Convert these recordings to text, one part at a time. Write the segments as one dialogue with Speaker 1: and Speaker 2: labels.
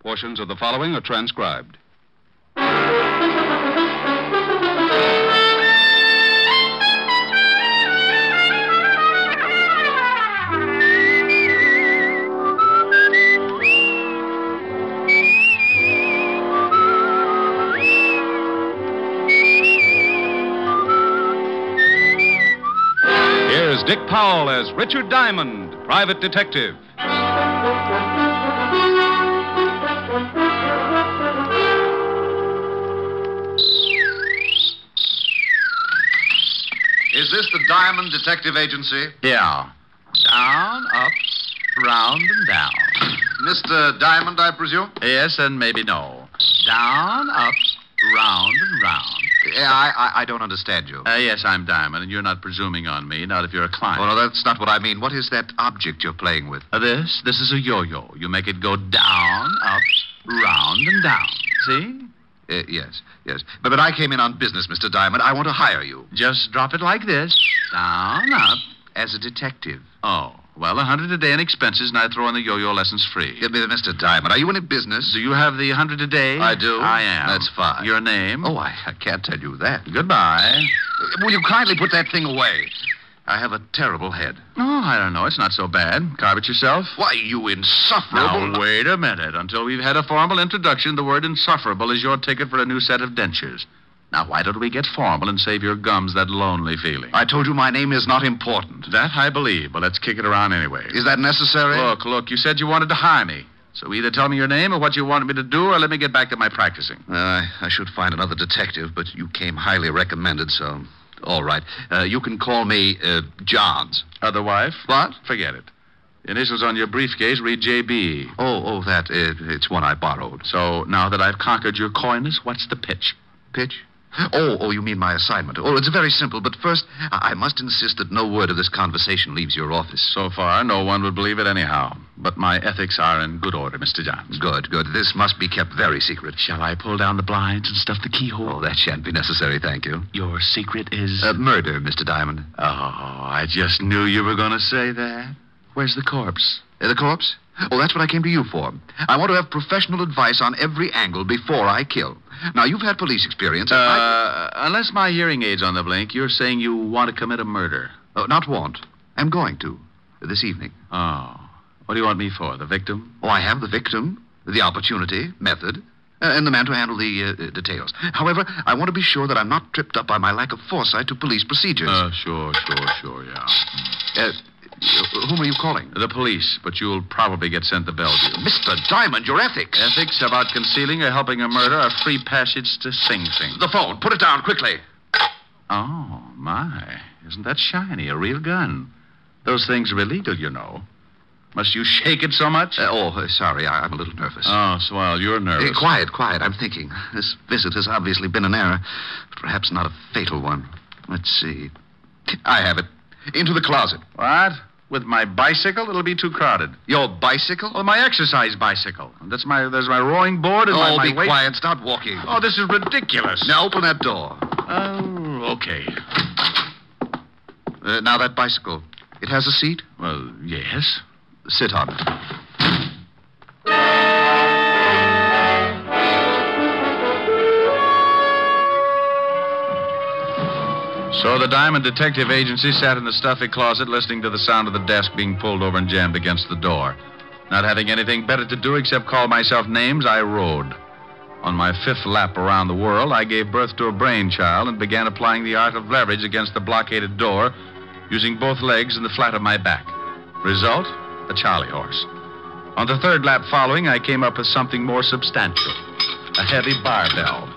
Speaker 1: Portions of the following are transcribed. Here's Dick Powell as Richard Diamond, private detective.
Speaker 2: Is this the Diamond Detective Agency?
Speaker 3: Yeah. Down, up, round, and down.
Speaker 2: Mr. Diamond, I presume?
Speaker 3: Yes, and maybe no. Down, up, round, and round.
Speaker 2: Yeah, I, I, I don't understand you.
Speaker 3: Uh, yes, I'm Diamond, and you're not presuming on me, not if you're a client.
Speaker 2: Oh, no, that's not what I mean. What is that object you're playing with?
Speaker 3: Uh, this, this is a yo-yo. You make it go down, up, round, and down. See?
Speaker 2: Uh, yes, yes. But, but I came in on business, Mr. Diamond. I want to hire you
Speaker 3: Just drop it like this. Down, up.
Speaker 2: as a detective.
Speaker 3: Oh, well, a hundred a day in expenses, and I throw in the yo-yo lessons free.
Speaker 2: Give me the Mr. Diamond. Are you in business?
Speaker 3: Do you have the hundred a day?
Speaker 2: I do.
Speaker 3: I am.
Speaker 2: That's fine.
Speaker 3: Your name?
Speaker 2: Oh, I, I can't tell you that.
Speaker 3: Goodbye.
Speaker 2: Uh, Will you kindly put that thing away? I have a terrible head.
Speaker 3: Oh, I don't know. It's not so bad. Carve it yourself.
Speaker 2: Why, you insufferable.
Speaker 3: Now, wait a minute. Until we've had a formal introduction, the word insufferable is your ticket for a new set of dentures. Now, why don't we get formal and save your gums that lonely feeling?
Speaker 2: I told you my name is not important.
Speaker 3: that I believe, but let's kick it around anyway.
Speaker 2: Is that necessary?
Speaker 3: Look, look, you said you wanted to hire me. So either tell me your name or what you wanted me to do, or let me get back to my practicing.
Speaker 2: Well, I, Uh, I should find another detective, but you came highly recommended, so. All right. Uh, you can call me uh, Johns.
Speaker 3: Other wife?
Speaker 2: What?
Speaker 3: Forget it. The initials on your briefcase read J.B.
Speaker 2: Oh, oh, that. Uh, it's one I borrowed.
Speaker 3: So now that I've conquered your coyness, what's the pitch?
Speaker 2: Pitch? Oh, oh, you mean my assignment. Oh, it's very simple, but first, I I must insist that no word of this conversation leaves your office.
Speaker 3: So far, no one would believe it anyhow. But my ethics are in good order, Mr. Johns.
Speaker 2: Good, good. This must be kept very secret.
Speaker 3: Shall I pull down the blinds and stuff the keyhole?
Speaker 2: Oh, that shan't be necessary, thank you.
Speaker 3: Your secret is.
Speaker 2: Uh, murder, Mr. Diamond.
Speaker 3: oh, I just knew you were going to say that. Where's the corpse?
Speaker 2: Uh, the corpse? Oh, that's what I came to you for. I want to have professional advice on every angle before I kill. Now, you've had police experience. and I-
Speaker 3: Uh, unless my hearing aid's on the blink, you're saying you want to commit a murder.
Speaker 2: Uh, not want. I'm going to. This evening.
Speaker 3: Oh. What do you want me for? The victim?
Speaker 2: Oh, I have the victim, the opportunity, method, uh, and the man to handle the uh, uh, details. However, I want to be sure that I'm not tripped up by my lack of foresight to police procedures.
Speaker 3: Uh, sure, sure, sure, yeah. Mm.
Speaker 2: Uh, uh, whom are you calling?
Speaker 3: The police, but you'll probably get sent to Bellevue.
Speaker 2: Mr. Diamond, your ethics.
Speaker 3: Ethics about concealing or helping a murder are free passage to Sing Sing.
Speaker 2: The phone. Put it down quickly.
Speaker 3: Oh, my. Isn't that shiny? A real gun. Those things are illegal, you know. Must you shake it so much?
Speaker 2: Uh, oh, uh, sorry, I, I'm a little nervous.
Speaker 3: oh, swell, you're nervous.
Speaker 2: Hey, quiet, quiet. I'm thinking. This visit has obviously been an error, but perhaps not a fatal one. Let's see. I have it. Into the closet.
Speaker 3: What? With my bicycle? It'll be too crowded.
Speaker 2: Your bicycle?
Speaker 3: Oh, my exercise bicycle. That's my, there's my rowing board and my,
Speaker 2: oh,
Speaker 3: my
Speaker 2: be
Speaker 3: weight-
Speaker 2: quiet. Start walking.
Speaker 3: Oh, this is ridiculous.
Speaker 2: Now open that door.
Speaker 3: Oh, okay.
Speaker 2: Uh, now that bicycle. It has a seat.
Speaker 3: Well, yes.
Speaker 2: Sit on it.
Speaker 3: So the Diamond Detective Agency sat in the stuffy closet listening to the sound of the desk being pulled over and jammed against the door. Not having anything better to do except call myself names, I rode. On my fifth lap around the world, I gave birth to a brainchild and began applying the art of leverage against the blockaded door using both legs and the flat of my back. Result? A Charlie horse. On the third lap following, I came up with something more substantial a heavy barbell.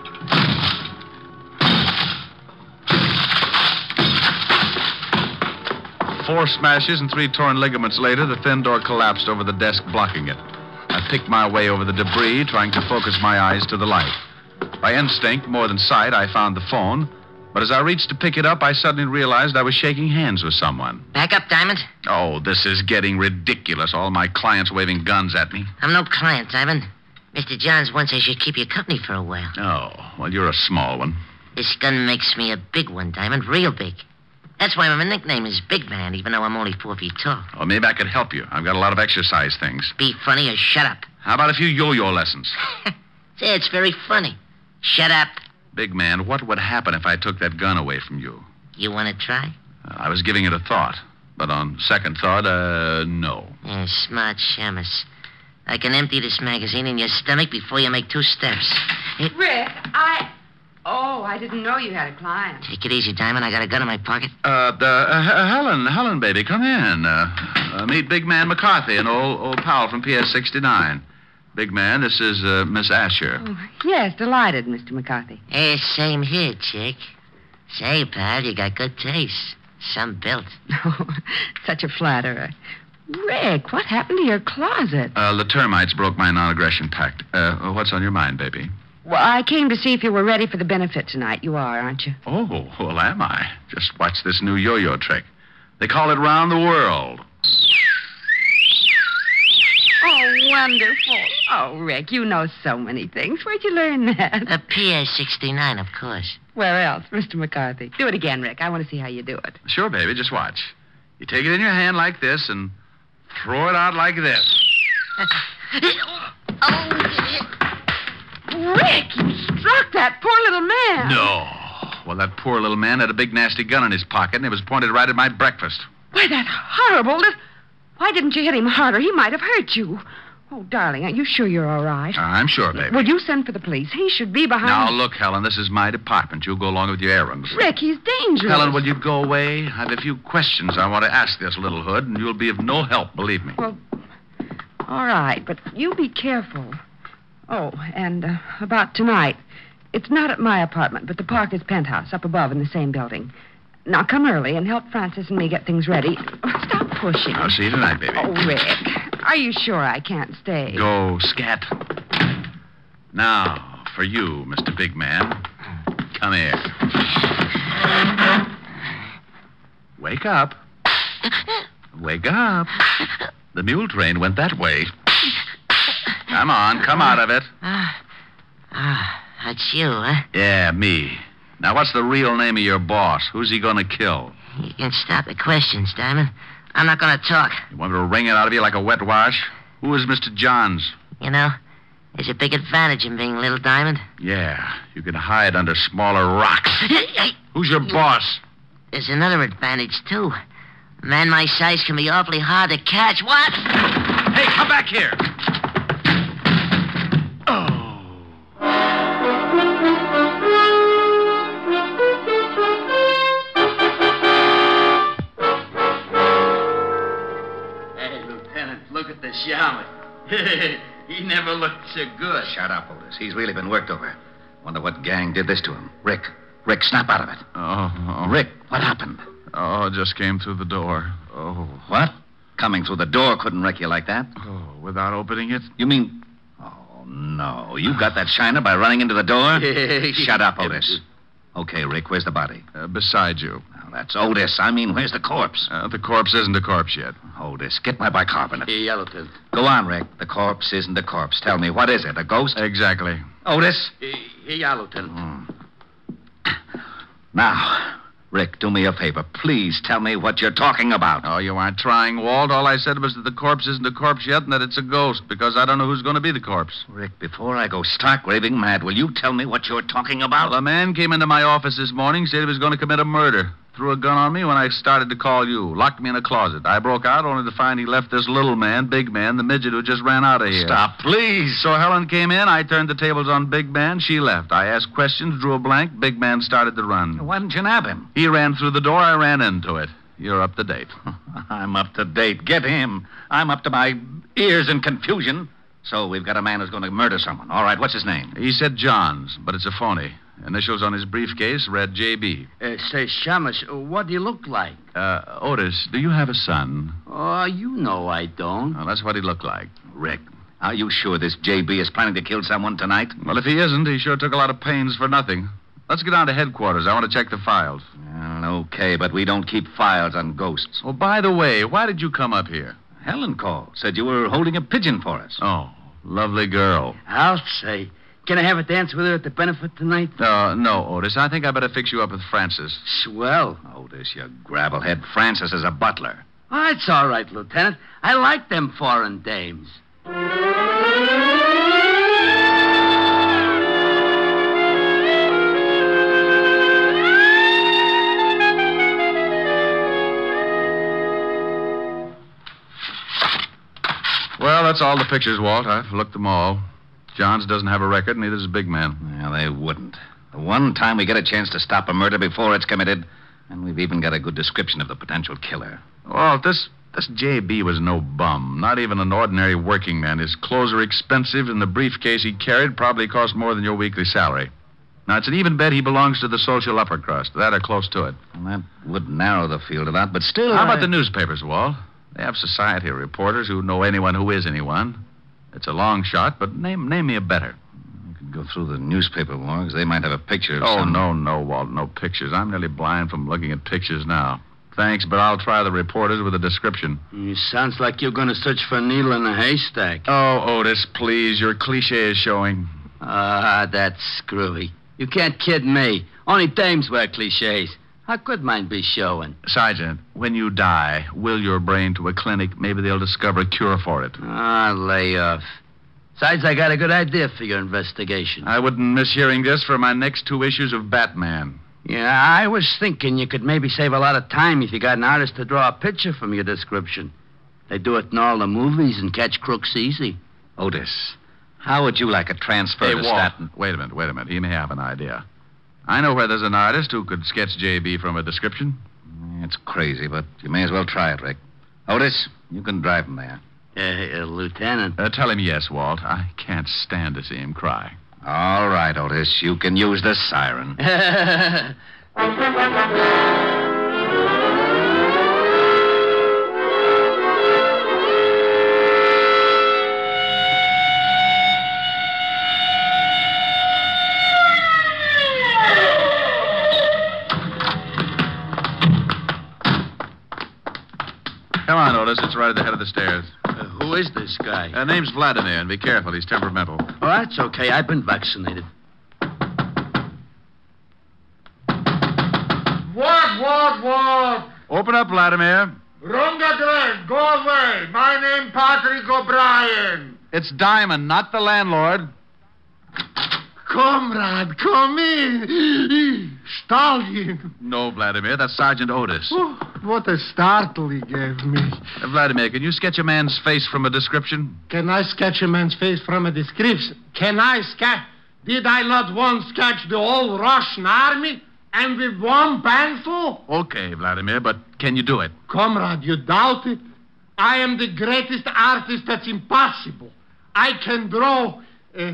Speaker 3: Four smashes and three torn ligaments later, the thin door collapsed over the desk, blocking it. I picked my way over the debris, trying to focus my eyes to the light. By instinct, more than sight, I found the phone, but as I reached to pick it up, I suddenly realized I was shaking hands with someone.
Speaker 4: Back up, Diamond.
Speaker 3: Oh, this is getting ridiculous. All my clients waving guns at me.
Speaker 4: I'm no client, Diamond. Mr. Johns wants I should keep you company for a while.
Speaker 3: Oh, well, you're a small one.
Speaker 4: This gun makes me a big one, Diamond, real big. That's why my nickname is Big Man, even though I'm only four feet tall.
Speaker 3: Oh, maybe I could help you. I've got a lot of exercise things.
Speaker 4: Be funny or shut up.
Speaker 3: How about a few yo-yo lessons?
Speaker 4: Say, it's very funny. Shut up.
Speaker 3: Big man, what would happen if I took that gun away from you?
Speaker 4: You want to try?
Speaker 3: Uh, I was giving it a thought, but on second thought, uh, no.
Speaker 4: Yeah, Eh, smart shamus. I can empty this magazine in your stomach before you make two steps. Eh,
Speaker 5: Rick, I. Oh, I didn't know you had a client.
Speaker 4: Take it easy, Diamond. I got a gun in my pocket.
Speaker 3: Uh, the, uh, H- uh, Helen, Helen, baby, come in. Uh, uh, meet Big Man McCarthy, an old old pal from PS 69. Big Man, this is uh, Miss Asher.
Speaker 5: Oh, yes, delighted, Mr. McCarthy.
Speaker 4: Hey, Eh, same here, chick. Say, pal, you got good taste. Some built.
Speaker 5: Oh, such a flatterer. Rick, what happened to your closet?
Speaker 3: Uh, the termites broke my non-aggression pact. Uh, what's on your mind, baby?
Speaker 5: Well, I came to see if you were ready for the benefit tonight. You are, aren't you?
Speaker 3: Oh, well, am I? Just watch this new yo-yo trick. They call it round the world.
Speaker 5: Oh, wonderful. Oh, Rick, you know so many things. Where'd you learn that?
Speaker 4: A PA 69, of course.
Speaker 5: Where else? Mr. McCarthy. Do it again, Rick. I want to see how you do it.
Speaker 3: Sure, baby, just watch. You take it in your hand like this and throw it out like this.
Speaker 4: oh,
Speaker 5: Rick, you struck that poor little man.
Speaker 3: No. Well, that poor little man had a big nasty gun in his pocket, and it was pointed right at my breakfast.
Speaker 5: Why, that horrible. Li- Why didn't you hit him harder? He might have hurt you. Oh, darling, are you sure you're all right?
Speaker 3: I'm sure, baby.
Speaker 5: Will you send for the police? He should be behind.
Speaker 3: Now, look, Helen, this is my department. You go along with your errands.
Speaker 5: Rick, he's dangerous.
Speaker 3: Helen, will you go away? I've a few questions I want to ask this little hood, and you'll be of no help, believe me.
Speaker 5: Well, all right, but you be careful. Oh, and uh, about tonight. It's not at my apartment, but the Parker's penthouse up above in the same building. Now come early and help Francis and me get things ready. Oh, Stop pushing.
Speaker 3: I'll see you tonight, baby.
Speaker 5: Oh, Rick, are you sure I can't stay?
Speaker 3: Go, scat. Now, for you, Mr. Big Man. Come here. Wake up. Wake up. The mule train went that way. Come on, come out of it.
Speaker 4: ah, that's you, huh?
Speaker 3: Yeah, me. Now, what's the real name of your boss? Who's he going to kill?
Speaker 4: You can stop the questions, Diamond. I'm not going to talk.
Speaker 3: You want me to wring it out of you like a wet wash? Who is Mr. Johns?
Speaker 4: You know, there's a big advantage in being little, Diamond.
Speaker 3: Yeah, you can hide under smaller rocks. Who's your boss?
Speaker 4: There's another advantage, too. A man my size can be awfully hard to catch. What?
Speaker 3: Hey, come back here. Oh.
Speaker 6: Hey, Lieutenant, look at the shaman. he never looked so good.
Speaker 2: Shut up, Otis. He's really been worked over. Wonder what gang did this to him. Rick. Rick, snap out of it.
Speaker 3: Oh, oh,
Speaker 2: Rick, what happened?
Speaker 3: Oh, just came through the door. Oh,
Speaker 2: What? Coming through the door couldn't wreck you like that.
Speaker 3: oh, without opening it?
Speaker 2: You mean. Oh, no. You got that shiner by running into the door? Shut up, Otis. Okay, Rick, where's the body?
Speaker 3: Uh, beside you.
Speaker 2: Now, that's Otis. I mean, where's the corpse?
Speaker 3: Uh, the corpse isn't a corpse yet.
Speaker 2: Otis, get my bicarbonate.
Speaker 6: Hey, Lieutenant.
Speaker 2: Go on, Rick. The corpse isn't a corpse. Tell me, what is it? A ghost?
Speaker 3: Exactly.
Speaker 2: Otis? Hmm.
Speaker 6: Hey, hey, Lieutenant.
Speaker 2: Now, Rick, do me a favor. Please tell me what you're talking about.
Speaker 3: Oh, you aren't trying, Walt. All I said was that the corpse isn't a corpse yet and that it's a ghost because I don't know who's going to be the corpse.
Speaker 2: Rick, before I go stark raving mad, will you tell me what you're talking
Speaker 3: Well,
Speaker 2: about?
Speaker 3: a man came into my office this morning, said he was going to commit a murder. Threw a gun on me when I started to call you. Locked me in a closet. I broke out only to find he left this little man, Big Man, the midget who just ran out of here.
Speaker 2: Stop, please.
Speaker 3: So Helen came in. I turned the tables on Big Man. She left. I asked questions, drew a blank. Big Man started to run.
Speaker 2: Why didn't you nab him?
Speaker 3: He ran through the door. I ran into it. You're up to date.
Speaker 2: I'm up to date. Get him. I'm up to my ears in confusion. So we've got a man who's going to murder someone. All right, what's his name?
Speaker 3: He said Johns, but it's a phony. Initials on his briefcase read JB.
Speaker 6: Uh, say, Shamus, uh, what do you look like?
Speaker 3: Uh, Otis, do you have a son?
Speaker 6: Oh, you know I don't.
Speaker 3: Well, that's what he looked like.
Speaker 2: Rick, are you sure this JB is planning to kill someone tonight?
Speaker 3: Well, if he isn't, he sure took a lot of pains for nothing. Let's get down to headquarters. I want to check the files.
Speaker 2: Well, okay, but we don't keep files on ghosts.
Speaker 3: Oh, by the way, why did you come up here?
Speaker 2: Helen called, said you were holding a pigeon for us.
Speaker 3: Oh, lovely girl.
Speaker 6: I'll say. Can I have a dance with her at the benefit tonight?
Speaker 3: Uh, no, Otis. I think I better fix you up with Francis.
Speaker 6: Swell.
Speaker 2: Otis, you gravelhead. Francis is a butler.
Speaker 6: Ah, Oh, it's all right, Lieutenant. I like them foreign dames.
Speaker 3: Well, that's all the pictures, Walt. I've looked them all. Johns doesn't have a record, neither does Big Man.
Speaker 7: Well, they wouldn't. The one time we get a chance to stop a murder before it's committed, and we've even got a good description of the potential killer.
Speaker 3: Walt, this this JB was no bum, not even an ordinary working man. His clothes are expensive, and the briefcase he carried probably cost more than your weekly salary. Now, it's an even bet he belongs to the social upper crust, that or close to it.
Speaker 7: And that would narrow the field a lot, but still.
Speaker 3: How about
Speaker 7: I-
Speaker 3: the newspapers, Walt? They have society reporters who know anyone who is anyone. It's a long shot, but name name me a better.
Speaker 7: You could go through the newspaper logs. They might have a picture of
Speaker 3: Oh,
Speaker 7: some-
Speaker 3: no, no, Walt, no pictures. I'm nearly blind from looking at pictures now. Thanks, but I'll try the reporters with a description.
Speaker 6: It sounds like you're going to search for a needle in a haystack.
Speaker 3: Oh, Otis, please, your cliche is showing.
Speaker 6: Ah, that's screwy. You can't kid me. Only dames wear cliches. How could mine be showing?
Speaker 3: Sergeant, when you die, will your brain to a clinic. Maybe they'll discover a cure for it.
Speaker 6: Ah, lay off. Besides, I got a good idea for your investigation.
Speaker 3: I wouldn't miss hearing this for my next two issues of Batman.
Speaker 6: Yeah, I was thinking you could maybe save a lot of time if you got an artist to draw a picture from your description. They do it in all the movies and catch crooks easy.
Speaker 7: Otis, how would you like a transfer
Speaker 3: Hey,
Speaker 7: to
Speaker 3: Walt,
Speaker 7: Staten?
Speaker 3: Wait a minute, wait a minute. He may have an idea. I know where there's an artist who could sketch JB from a description.
Speaker 7: It's crazy, but you may as well try it, Rick. Otis, you can drive him there.
Speaker 6: Uh, uh, Lieutenant.
Speaker 3: Uh, tell him yes, Walt. I can't stand to see him cry.
Speaker 7: All right, Otis, you can use the siren.
Speaker 3: Come on, Otis. It's right at the head of the stairs.
Speaker 6: Uh, who is this guy?
Speaker 3: Uh, name's Vladimir, and be careful. He's temperamental.
Speaker 6: oh, that's okay. I've been vaccinated.
Speaker 8: What, what, what?
Speaker 3: Open up, Vladimir.
Speaker 8: Wrong address. Go away. My name Patrick O'Brien.
Speaker 3: It's Diamond, not the landlord.
Speaker 8: Comrade, come in. Stalin.
Speaker 3: No, Vladimir. That's Sergeant Otis.
Speaker 8: Oh, what a startle he gave me.
Speaker 3: Uh, Vladimir, can you sketch a man's face from a description?
Speaker 8: Can I sketch a man's face from a description? Can I sketch? Did I not once sketch the whole Russian army? And with one pencil?
Speaker 3: Okay, Vladimir, but can you do it?
Speaker 8: Comrade, you doubt it? I am the greatest artist that's impossible. I can draw. Uh,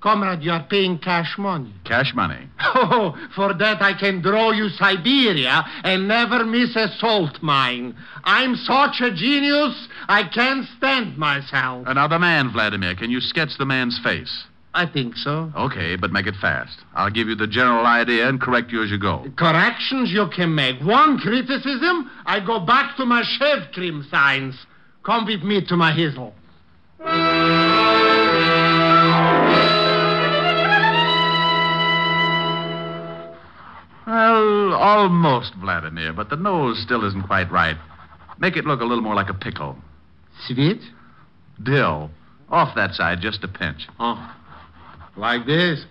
Speaker 8: comrade, you are paying cash money.
Speaker 3: Cash money.
Speaker 8: Oh, for that I can draw you Siberia and never miss a salt mine. I'm such a genius, I can't stand myself.
Speaker 3: Another man, Vladimir. Can you sketch the man's face?
Speaker 8: I think so.
Speaker 3: Okay, but make it fast. I'll give you the general idea and correct you as you go.
Speaker 8: Corrections you can make. One criticism, I go back to my shave cream signs. Come with me to my hizzle.
Speaker 3: Well, almost, Vladimir, but the nose still isn't quite right. Make it look a little more like a pickle.
Speaker 8: Sweet?
Speaker 3: Dill. Off that side, just a pinch.
Speaker 8: Oh, like this.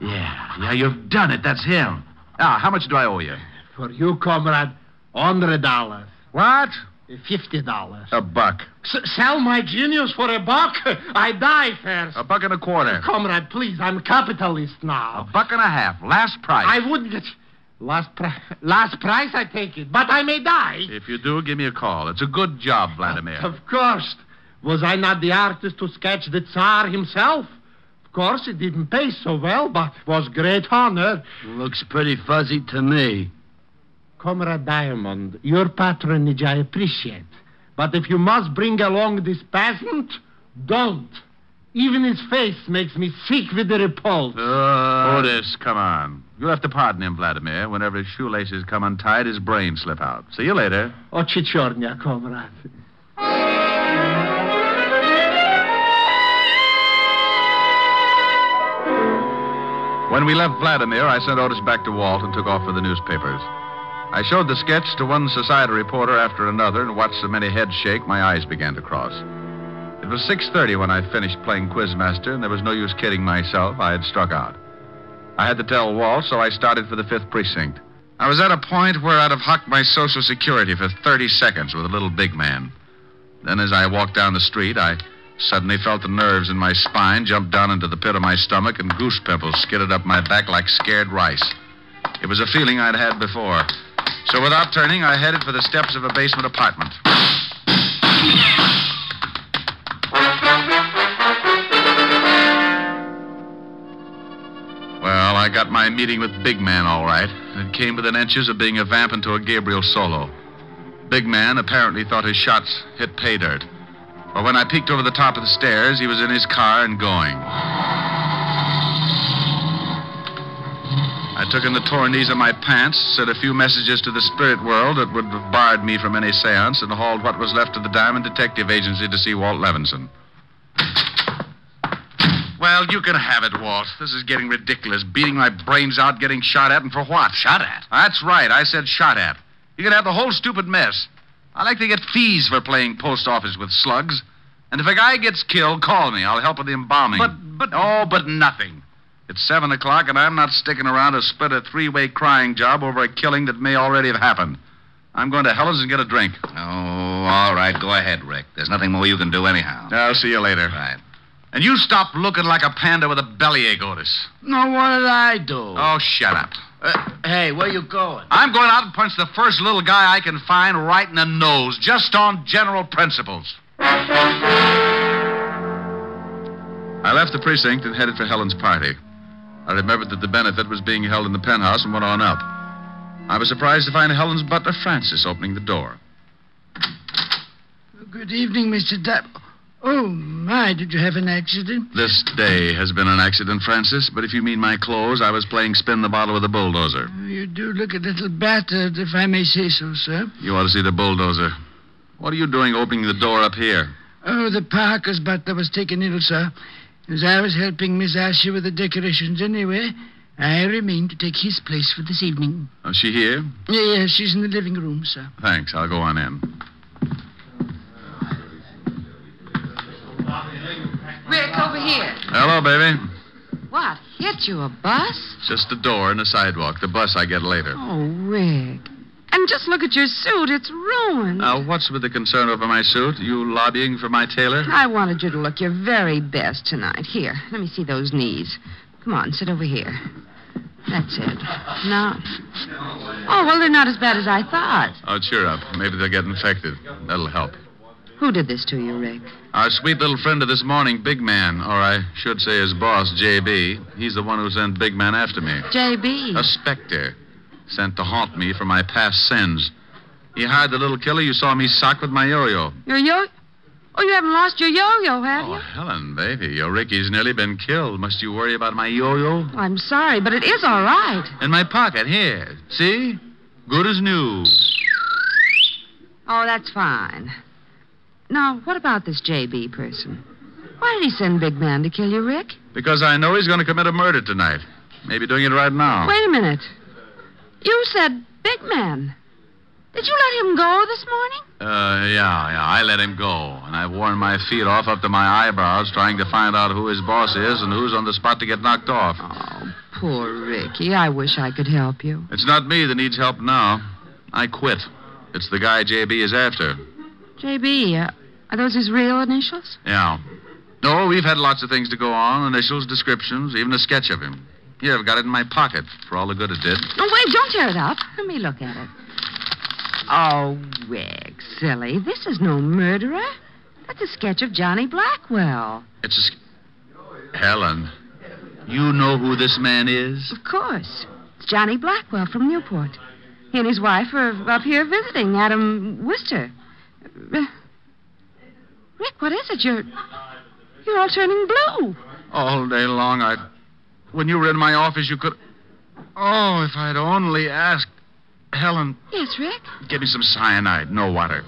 Speaker 3: Yeah, yeah, you've done it. That's him. Ah, how much do I owe you?
Speaker 8: For you, comrade, hundred dollars,
Speaker 3: What?
Speaker 8: fifty dollars.
Speaker 3: A buck.
Speaker 8: sell my genius for a buck? I die first.
Speaker 3: A buck and a quarter.
Speaker 8: Comrade, please, I'm capitalist
Speaker 3: A
Speaker 8: now.
Speaker 3: buck and a half. Last price.
Speaker 8: I wouldn't get last price. Last price, I take it, but I may die.
Speaker 3: If you do, give me a call. It's a good job, Vladimir.
Speaker 8: Of course, was I not the artist to sketch the Tsar himself? Of course, it didn't pay so well, but was great honor.
Speaker 6: Looks pretty fuzzy to me.
Speaker 8: Comrade Diamond, your patronage I appreciate, but if you must bring along this peasant, don't. Even his face makes me sick with the repulse.
Speaker 3: Uh, Otis, come on. You'll have to pardon him, Vladimir. Whenever his shoelaces come untied, his brains slip out. See you later.
Speaker 8: O Chichornia, Oh, comrade.
Speaker 3: When we left Vladimir, I sent Otis back to Walt and took off for the newspapers. I showed the sketch to one society reporter after another and watched so many heads shake, my eyes began to cross. It was 6.30 when I finished playing Quizmaster, and there was no use kidding myself. I had struck out. I had to tell Walt, so I started for the 5th Precinct. I was at a point where I'd have hocked my Social Security for 30 seconds with a little big man. Then, as I walked down the street, I Suddenly felt the nerves in my spine jump down into the pit of my stomach, and goose pimples skidded up my back like scared rice. It was a feeling I'd had before. So without turning, I headed for the steps of a basement apartment. Well, I got my meeting with Big Man all right. It came within inches of being a vamp into a Gabriel solo. Big Man apparently thought his shots hit pay dirt. But when I peeked over the top of the stairs, he was in his car and going. I took in the torn knees of my pants, sent a few messages to the spirit world that would have barred me from any seance, and hauled what was left of the Diamond Detective Agency to see Walt Levinson. Well, you can have it, Walt. This is getting ridiculous. Beating my brains out, getting shot at, and for what?
Speaker 7: Shot at?
Speaker 3: That's right. I said shot at. You can have the whole stupid mess. I like to get fees for playing post office with slugs. And if a guy gets killed, call me. I'll help with the embalming.
Speaker 7: But- but-
Speaker 3: Oh, but nothing. It's seven o'clock, and I'm not sticking around to split a three way crying job over a killing that may already have happened. I'm going to Helen's and get a drink.
Speaker 7: Oh, all right. Go ahead, Rick. There's nothing more you can do anyhow.
Speaker 3: I'll see you later.
Speaker 7: Right.
Speaker 3: And you stop looking like a panda with a bellyache, Otis.
Speaker 6: No, what did I do?
Speaker 3: Oh, shut up.
Speaker 6: Uh, hey, where you going?
Speaker 3: I'm going out and punch the first little guy I can find right in the nose, just on general principles. I left the precinct and headed for Helen's party. I remembered that the benefit was being held in the penthouse and went on up. I was surprised to find Helen's butler, Francis, opening the door.
Speaker 9: Good evening, Mr. Dapp. Oh, my, did you have an accident?
Speaker 3: This day has been an accident, Francis, but if you mean my clothes, I was playing spin the bottle with a bulldozer.
Speaker 9: You do look a little battered, if I may say so, sir.
Speaker 3: You ought to see the bulldozer. What are you doing opening the door up here?
Speaker 9: Oh, the Parker's butler was taken ill, sir. As I was helping Miss Asher with the decorations anyway, I remained to take his place for this evening.
Speaker 3: Is she here?
Speaker 9: Yeah, yeah, she's in the living room, sir.
Speaker 3: Thanks. I'll go on in.
Speaker 5: Rick, over here.
Speaker 3: Hello, baby.
Speaker 5: What? Hit you a bus?
Speaker 3: Just a door and a sidewalk. The bus I get later.
Speaker 5: Oh, Rick. And just look at your suit. It's ruined.
Speaker 3: Now, what's with the concern over my suit? You lobbying for my tailor?
Speaker 5: I wanted you to look your very best tonight. Here, let me see those knees. Come on, sit over here. That's it. Now. Oh, well, they're not as bad as I thought.
Speaker 3: Oh, cheer up. Maybe they'll get infected. That'll help.
Speaker 5: Who did this to you, Rick?
Speaker 3: Our sweet little friend of this morning, Big Man, or I should say his boss, J.B., he's the one who sent Big Man after me.
Speaker 5: J.B.
Speaker 3: A specter sent to haunt me for my past sins. He hired the little killer you saw me sock with my yo-yo.
Speaker 5: Your yo. Oh, you haven't lost your yo-yo, have
Speaker 3: Oh,
Speaker 5: you?
Speaker 3: Helen, baby, your Ricky's nearly been killed. Must you worry about my yo-yo?
Speaker 5: I'm sorry, but it is all right.
Speaker 3: In my pocket here. See? Good as new.
Speaker 5: Oh, that's fine. Now, what about this J.B. person? Why did he send Big Man to kill you, Rick?
Speaker 3: Because I know he's going to commit a murder tonight. Maybe doing it right now.
Speaker 5: Wait a minute. You said Big Man. Did you let him go this morning?
Speaker 3: Uh, yeah, yeah. I let him go. And I've worn my feet off up to my eyebrows trying to find out who his boss is and who's on the spot to get knocked off.
Speaker 5: Oh, poor Ricky. I wish I could help you.
Speaker 3: It's not me that needs help now. I quit. It's the guy JB is after.
Speaker 5: J.B., uh, are those his real initials?
Speaker 3: Yeah. No, we've had lots of things to go on initials, descriptions, even a sketch of him. Here, I've got it in my pocket for all the good it did.
Speaker 5: No, Oh, wait, don't tear it up. Let me look at it. Oh, Rick, silly. This is no murderer. That's a sketch of Johnny Blackwell.
Speaker 3: It's a. sk- Helen, you know who this man is?
Speaker 5: Of course. It's Johnny Blackwell from Newport. He and his wife are up here visiting Adam Wister. Uh, Rick, what is it? You're you're all turning blue.
Speaker 3: All day long, I. When you were in my office, you could. Oh, if I'd only asked. Helen,
Speaker 5: Yes, Rick.
Speaker 3: give me some cyanide, no water.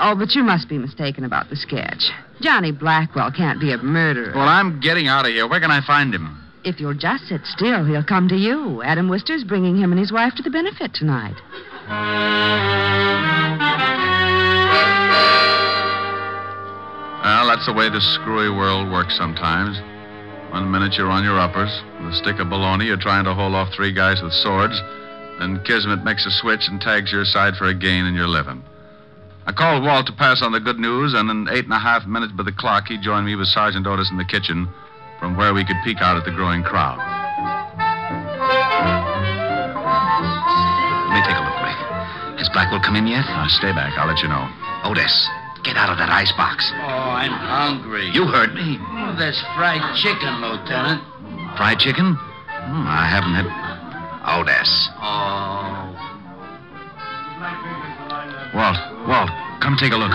Speaker 5: Oh, but you must be mistaken about the sketch. Johnny Blackwell can't be a murderer.
Speaker 3: Well, I'm getting out of here. Where can I find him?
Speaker 5: If you'll just sit still, he'll come to you. Adam Wister's bringing him and his wife to the benefit tonight.
Speaker 3: Well, that's the way this screwy world works sometimes. One minute you're on your uppers. With a stick of baloney, you're trying to hold off three guys with swords. Then Kismet makes a switch and tags your side for a gain, and you're living. I called Walt to pass on the good news, and in eight and a half minutes by the clock, he joined me with Sergeant Otis in the kitchen, from where we could peek out at the growing crowd.
Speaker 6: Let me take a look, Rick. Has Blackwell come in yet?
Speaker 3: Now, Uh, stay back. I'll let you know.
Speaker 6: Otis, get out of that icebox.
Speaker 10: Oh, I'm hungry.
Speaker 6: You heard me.
Speaker 10: Oh, there's fried chicken, Lieutenant.
Speaker 6: Fried chicken? Hmm, I haven't had. Otis.
Speaker 10: Oh.
Speaker 3: Walt, Walt, come take a look.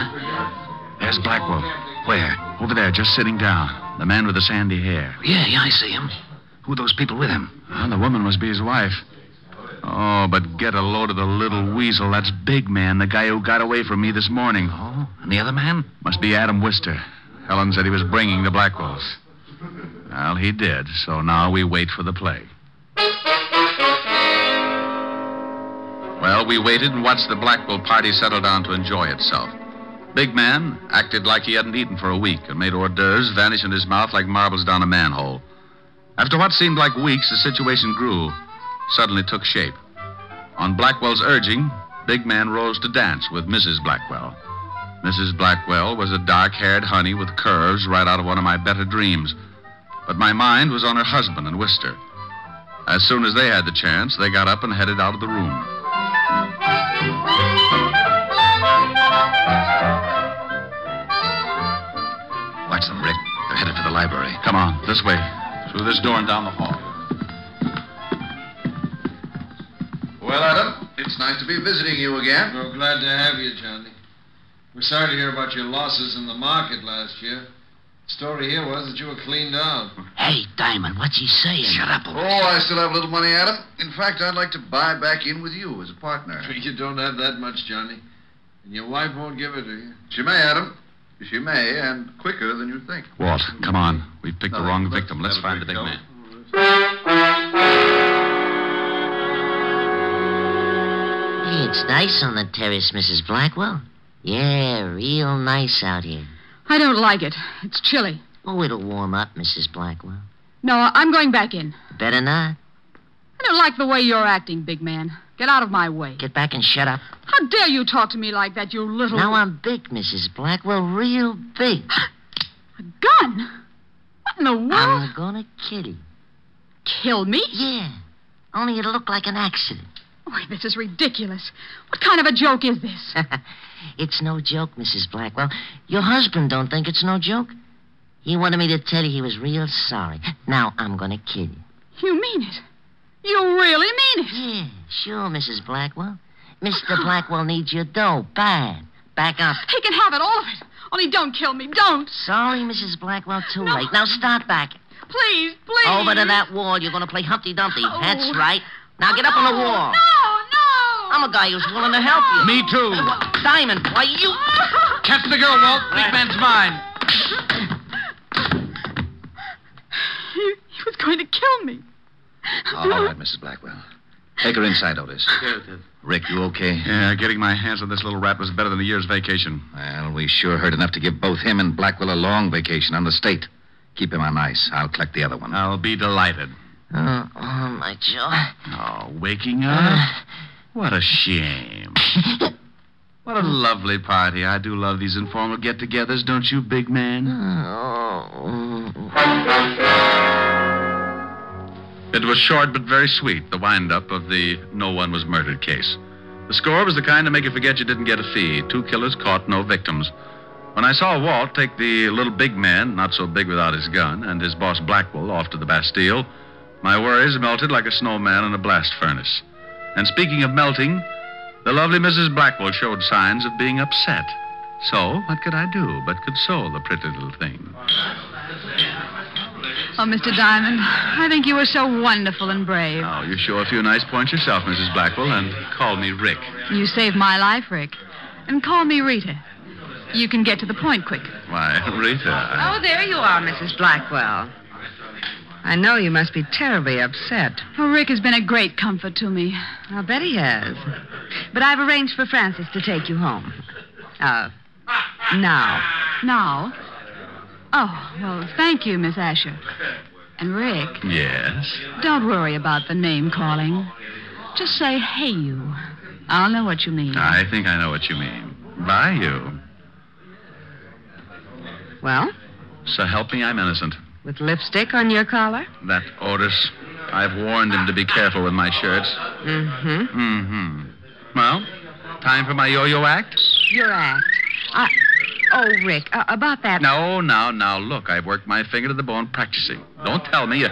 Speaker 3: There's Blackwell.
Speaker 6: Where?
Speaker 3: Over there, just sitting down. The man with the sandy hair.
Speaker 6: Yeah, yeah, I see him. Who are those people with him?
Speaker 3: Well, the woman must be his wife. Oh, but get a load of the little weasel. That's Big Man, the guy who got away from me this morning.
Speaker 6: Oh, and the other man?
Speaker 3: Must be Adam Wister. Helen said he was bringing the Blackwells. Well, he did, so now we wait for the play. Well, we waited and watched the Blackwell party settle down to enjoy itself. Big man acted like he hadn't eaten for a week and made hors d'oeuvres vanish in his mouth like marbles down a manhole. After what seemed like weeks, the situation grew, suddenly took shape. On Blackwell's urging, Big Man rose to dance with Mrs. Blackwell. Mrs. Blackwell was a dark haired honey with curves right out of one of my better dreams. But my mind was on her husband and Wister. As soon as they had the chance, they got up and headed out of the room.
Speaker 6: Watch them, Rick. They're headed for the library.
Speaker 3: Come on, this way. Through this door and down the hall. Well, Adam,
Speaker 6: It's nice to be visiting you again.
Speaker 11: We're glad to have you, Johnny. We're sorry to hear about your losses in the market last year. Story here was that you were cleaned out.
Speaker 4: Hey, Diamond, what's he saying?
Speaker 6: Shut up, Otis. Oh, I still have a little money, Adam. In fact, I'd like to buy back in with you as a partner.
Speaker 11: You don't have that much, Johnny. And your wife won't give it to you.
Speaker 6: She may, Adam. She may, and quicker than you think.
Speaker 3: Walt, come on. We've picked the
Speaker 6: No,
Speaker 3: wrong
Speaker 6: let's
Speaker 3: victim. Let's
Speaker 6: have a
Speaker 3: find the
Speaker 6: drink,
Speaker 3: big
Speaker 6: shall we?
Speaker 3: man.
Speaker 4: Hey, it's nice on the terrace, Mrs. Blackwell. Yeah, real nice out here.
Speaker 5: I don't like it. It's chilly.
Speaker 4: Oh, it'll warm up, Mrs. Blackwell.
Speaker 5: No, I'm going back in.
Speaker 4: Better not.
Speaker 5: I don't like the way you're acting, big man. Get out of my way.
Speaker 4: Get back and shut up.
Speaker 5: How dare you talk to me like that, you little.
Speaker 4: Now I'm big, Mrs. Blackwell, real big.
Speaker 5: A gun? What in the world?
Speaker 4: I'm gonna kill you.
Speaker 5: Kill me?
Speaker 4: Yeah. Only it'll look like an accident.
Speaker 5: Why, this is ridiculous. What kind of a joke is this?
Speaker 4: Uh. it's no joke, Mrs. Blackwell. Your husband don't think it's no joke. He wanted me to tell you he was real sorry. Now I'm gonna kill you.
Speaker 5: You mean it. You really mean it.
Speaker 4: Yeah, sure, Mrs. Blackwell. Mr. Blackwell needs your dough bad. Back up.
Speaker 5: He can have it, all of it. Only don't kill me. Don't.
Speaker 4: Sorry, Mrs. Blackwell, too
Speaker 5: No.
Speaker 4: late. Now start back.
Speaker 5: Please, please.
Speaker 4: Over to that wall. You're gonna play Humpty Dumpty.
Speaker 5: No.
Speaker 4: That's right. Now get up on the
Speaker 5: Oh, No,
Speaker 4: wall.
Speaker 5: No, no.
Speaker 4: I'm a guy who's willing to help you.
Speaker 3: Me too.
Speaker 4: Hey, well, Diamond, why you?
Speaker 3: Catch the girl, Walt. Big man's mine.
Speaker 5: He, he was going to kill me.
Speaker 6: All right, Mrs. Blackwell. Take her inside, Otis. Rick, you okay?
Speaker 3: Yeah, getting my hands on this little rat was better than a year's vacation.
Speaker 6: Well, we sure heard enough to give both him and Blackwell a long vacation on the state. Keep him on ice. I'll collect the other one.
Speaker 3: I'll be delighted.
Speaker 4: Oh, oh, my jaw.
Speaker 3: Oh, waking up? What a shame. What a lovely party. I do love these informal get togethers, don't you, big man?
Speaker 4: Oh.
Speaker 3: It was short but very sweet, the wind up of the no one was murdered case. The score was the kind to make you forget you didn't get a fee. Two killers caught, no victims. When I saw Walt take the little big man, not so big without his gun, and his boss Blackwell off to the Bastille, my worries melted like a snowman in a blast furnace. And speaking of melting, the lovely Mrs. Blackwell showed signs of being upset. So, what could I do but console the pretty little thing?
Speaker 5: Oh, Mr. Diamond, I think you were so wonderful and brave.
Speaker 3: Now, you show a few nice points yourself, Mrs. Blackwell, and call me Rick.
Speaker 5: You saved my life, Rick. And call me Rita. You can get to the point quick.
Speaker 3: Why, Rita. I-
Speaker 12: Oh, there you are, Mrs. Blackwell. I know you must be terribly upset.
Speaker 5: Oh, Rick has been a great comfort to me.
Speaker 12: I'll bet he has. But I've arranged for Francis to take you home. Uh, now.
Speaker 5: Now? Oh, well, thank you, Miss Asher. And Rick,
Speaker 3: Yes.
Speaker 5: don't worry about the name calling. Just say, hey, you. I'll know what you mean.
Speaker 3: I think I know what you mean. By you.
Speaker 5: Well,
Speaker 3: So help me, I'm innocent.
Speaker 5: with lipstick on your collar?
Speaker 3: That Otis. I've warned him to be careful with my shirts.
Speaker 5: Mm-hmm.
Speaker 3: Mm-hmm. Well, time for my yo-yo act?
Speaker 5: Your act. I... Oh, Rick, uh, about that.
Speaker 3: No, now, now, look, I've worked my finger to the bone practicing. Don't tell me. You,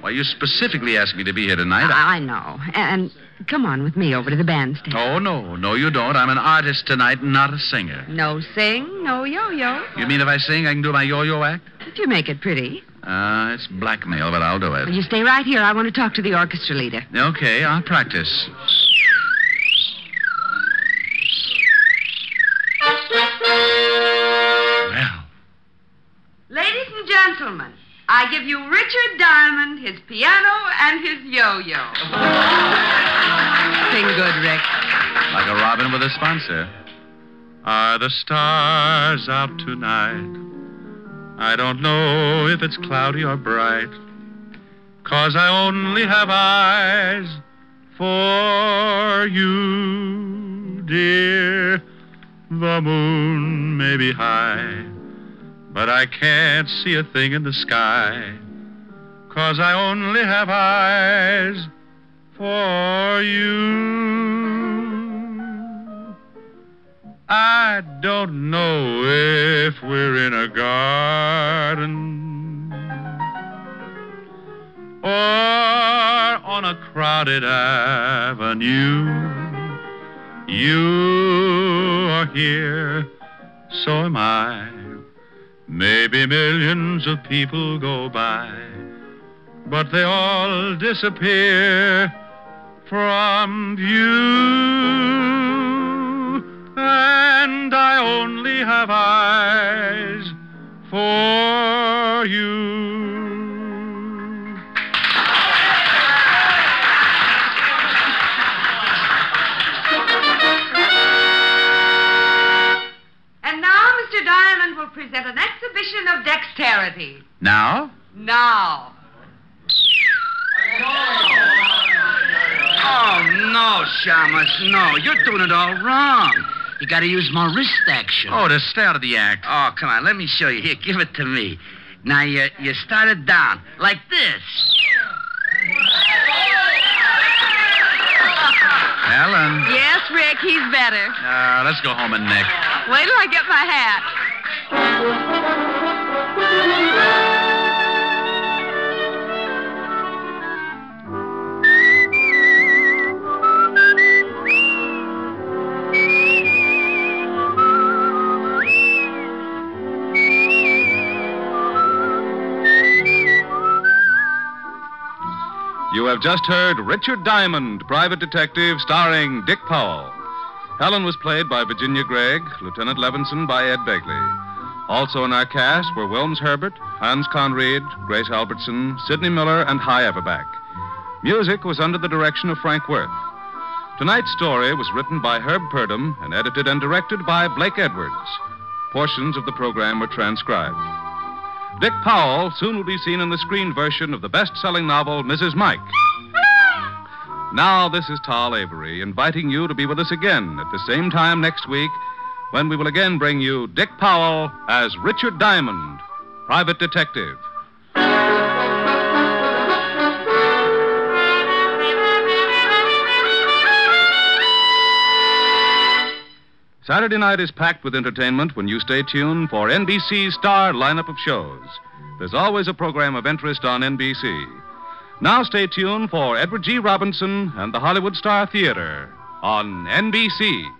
Speaker 3: why, you specifically asked me to be here tonight.
Speaker 5: I, I know. And come on with me over to the bandstand.
Speaker 3: Oh, no, no, you don't. I'm an artist tonight, not a singer.
Speaker 5: No sing, no yo-yo.
Speaker 3: You mean if I sing, I can do my yo-yo act?
Speaker 5: If you make it pretty.
Speaker 3: Uh, it's blackmail, but I'll do
Speaker 5: Well,
Speaker 3: it.
Speaker 5: you stay right here. I want to talk to the orchestra leader.
Speaker 3: Okay, I'll practice.
Speaker 13: Ladies and gentlemen, I give you Richard Diamond, his piano, and his yo-yo.
Speaker 5: Sing good, Rick.
Speaker 3: Like a robin with a sponsor. Are the stars out tonight? I don't know if it's cloudy or bright, 'cause I only have eyes for you, dear. The moon may be high, but I can't see a thing in the sky, 'cause I only have eyes for you. I don't know if we're in a garden or on a crowded avenue. You are here, so am I. Maybe millions of people go by, but they all disappear from view. And I only have eyes for you.
Speaker 13: And now Mr. Diamond will present an exhibition of dexterity.
Speaker 3: Now?
Speaker 13: Now.
Speaker 6: Oh, no, Shamus, no. You're doing it all wrong. You gotta use my wrist action.
Speaker 3: Oh, to stay out of the act.
Speaker 6: Oh, come on, let me show you. Here, give it to me. Now, you, you start it down, like this.
Speaker 3: Ellen.
Speaker 13: Yes, Rick, he's better.
Speaker 3: Uh, let's go home and neck.
Speaker 13: Wait till I get my hat.
Speaker 1: You have just heard Richard Diamond, Private Detective, starring Dick Powell. Helen was played by Virginia Gregg, Lieutenant Levinson by Ed Begley. Also in our cast were Wilms Herbert, Hans Conried, Grace Albertson, Sidney Miller, and High Everback. Music was under the direction of Frank Worth. Tonight's story was written by Herb Purdom and edited and directed by Blake Edwards. Portions of the program were transcribed. Dick Powell soon will be seen in the screen version of the best selling novel, Mrs. Mike. Now, this is Tal Avery inviting you to be with us again at the same time next week when we will again bring you Dick Powell as Richard Diamond, private detective. Saturday night is packed with entertainment when you stay tuned for NBC's star lineup of shows. There's always a program of interest on NBC. Now stay tuned for Edward G. Robinson and the Hollywood Star Theater on NBC.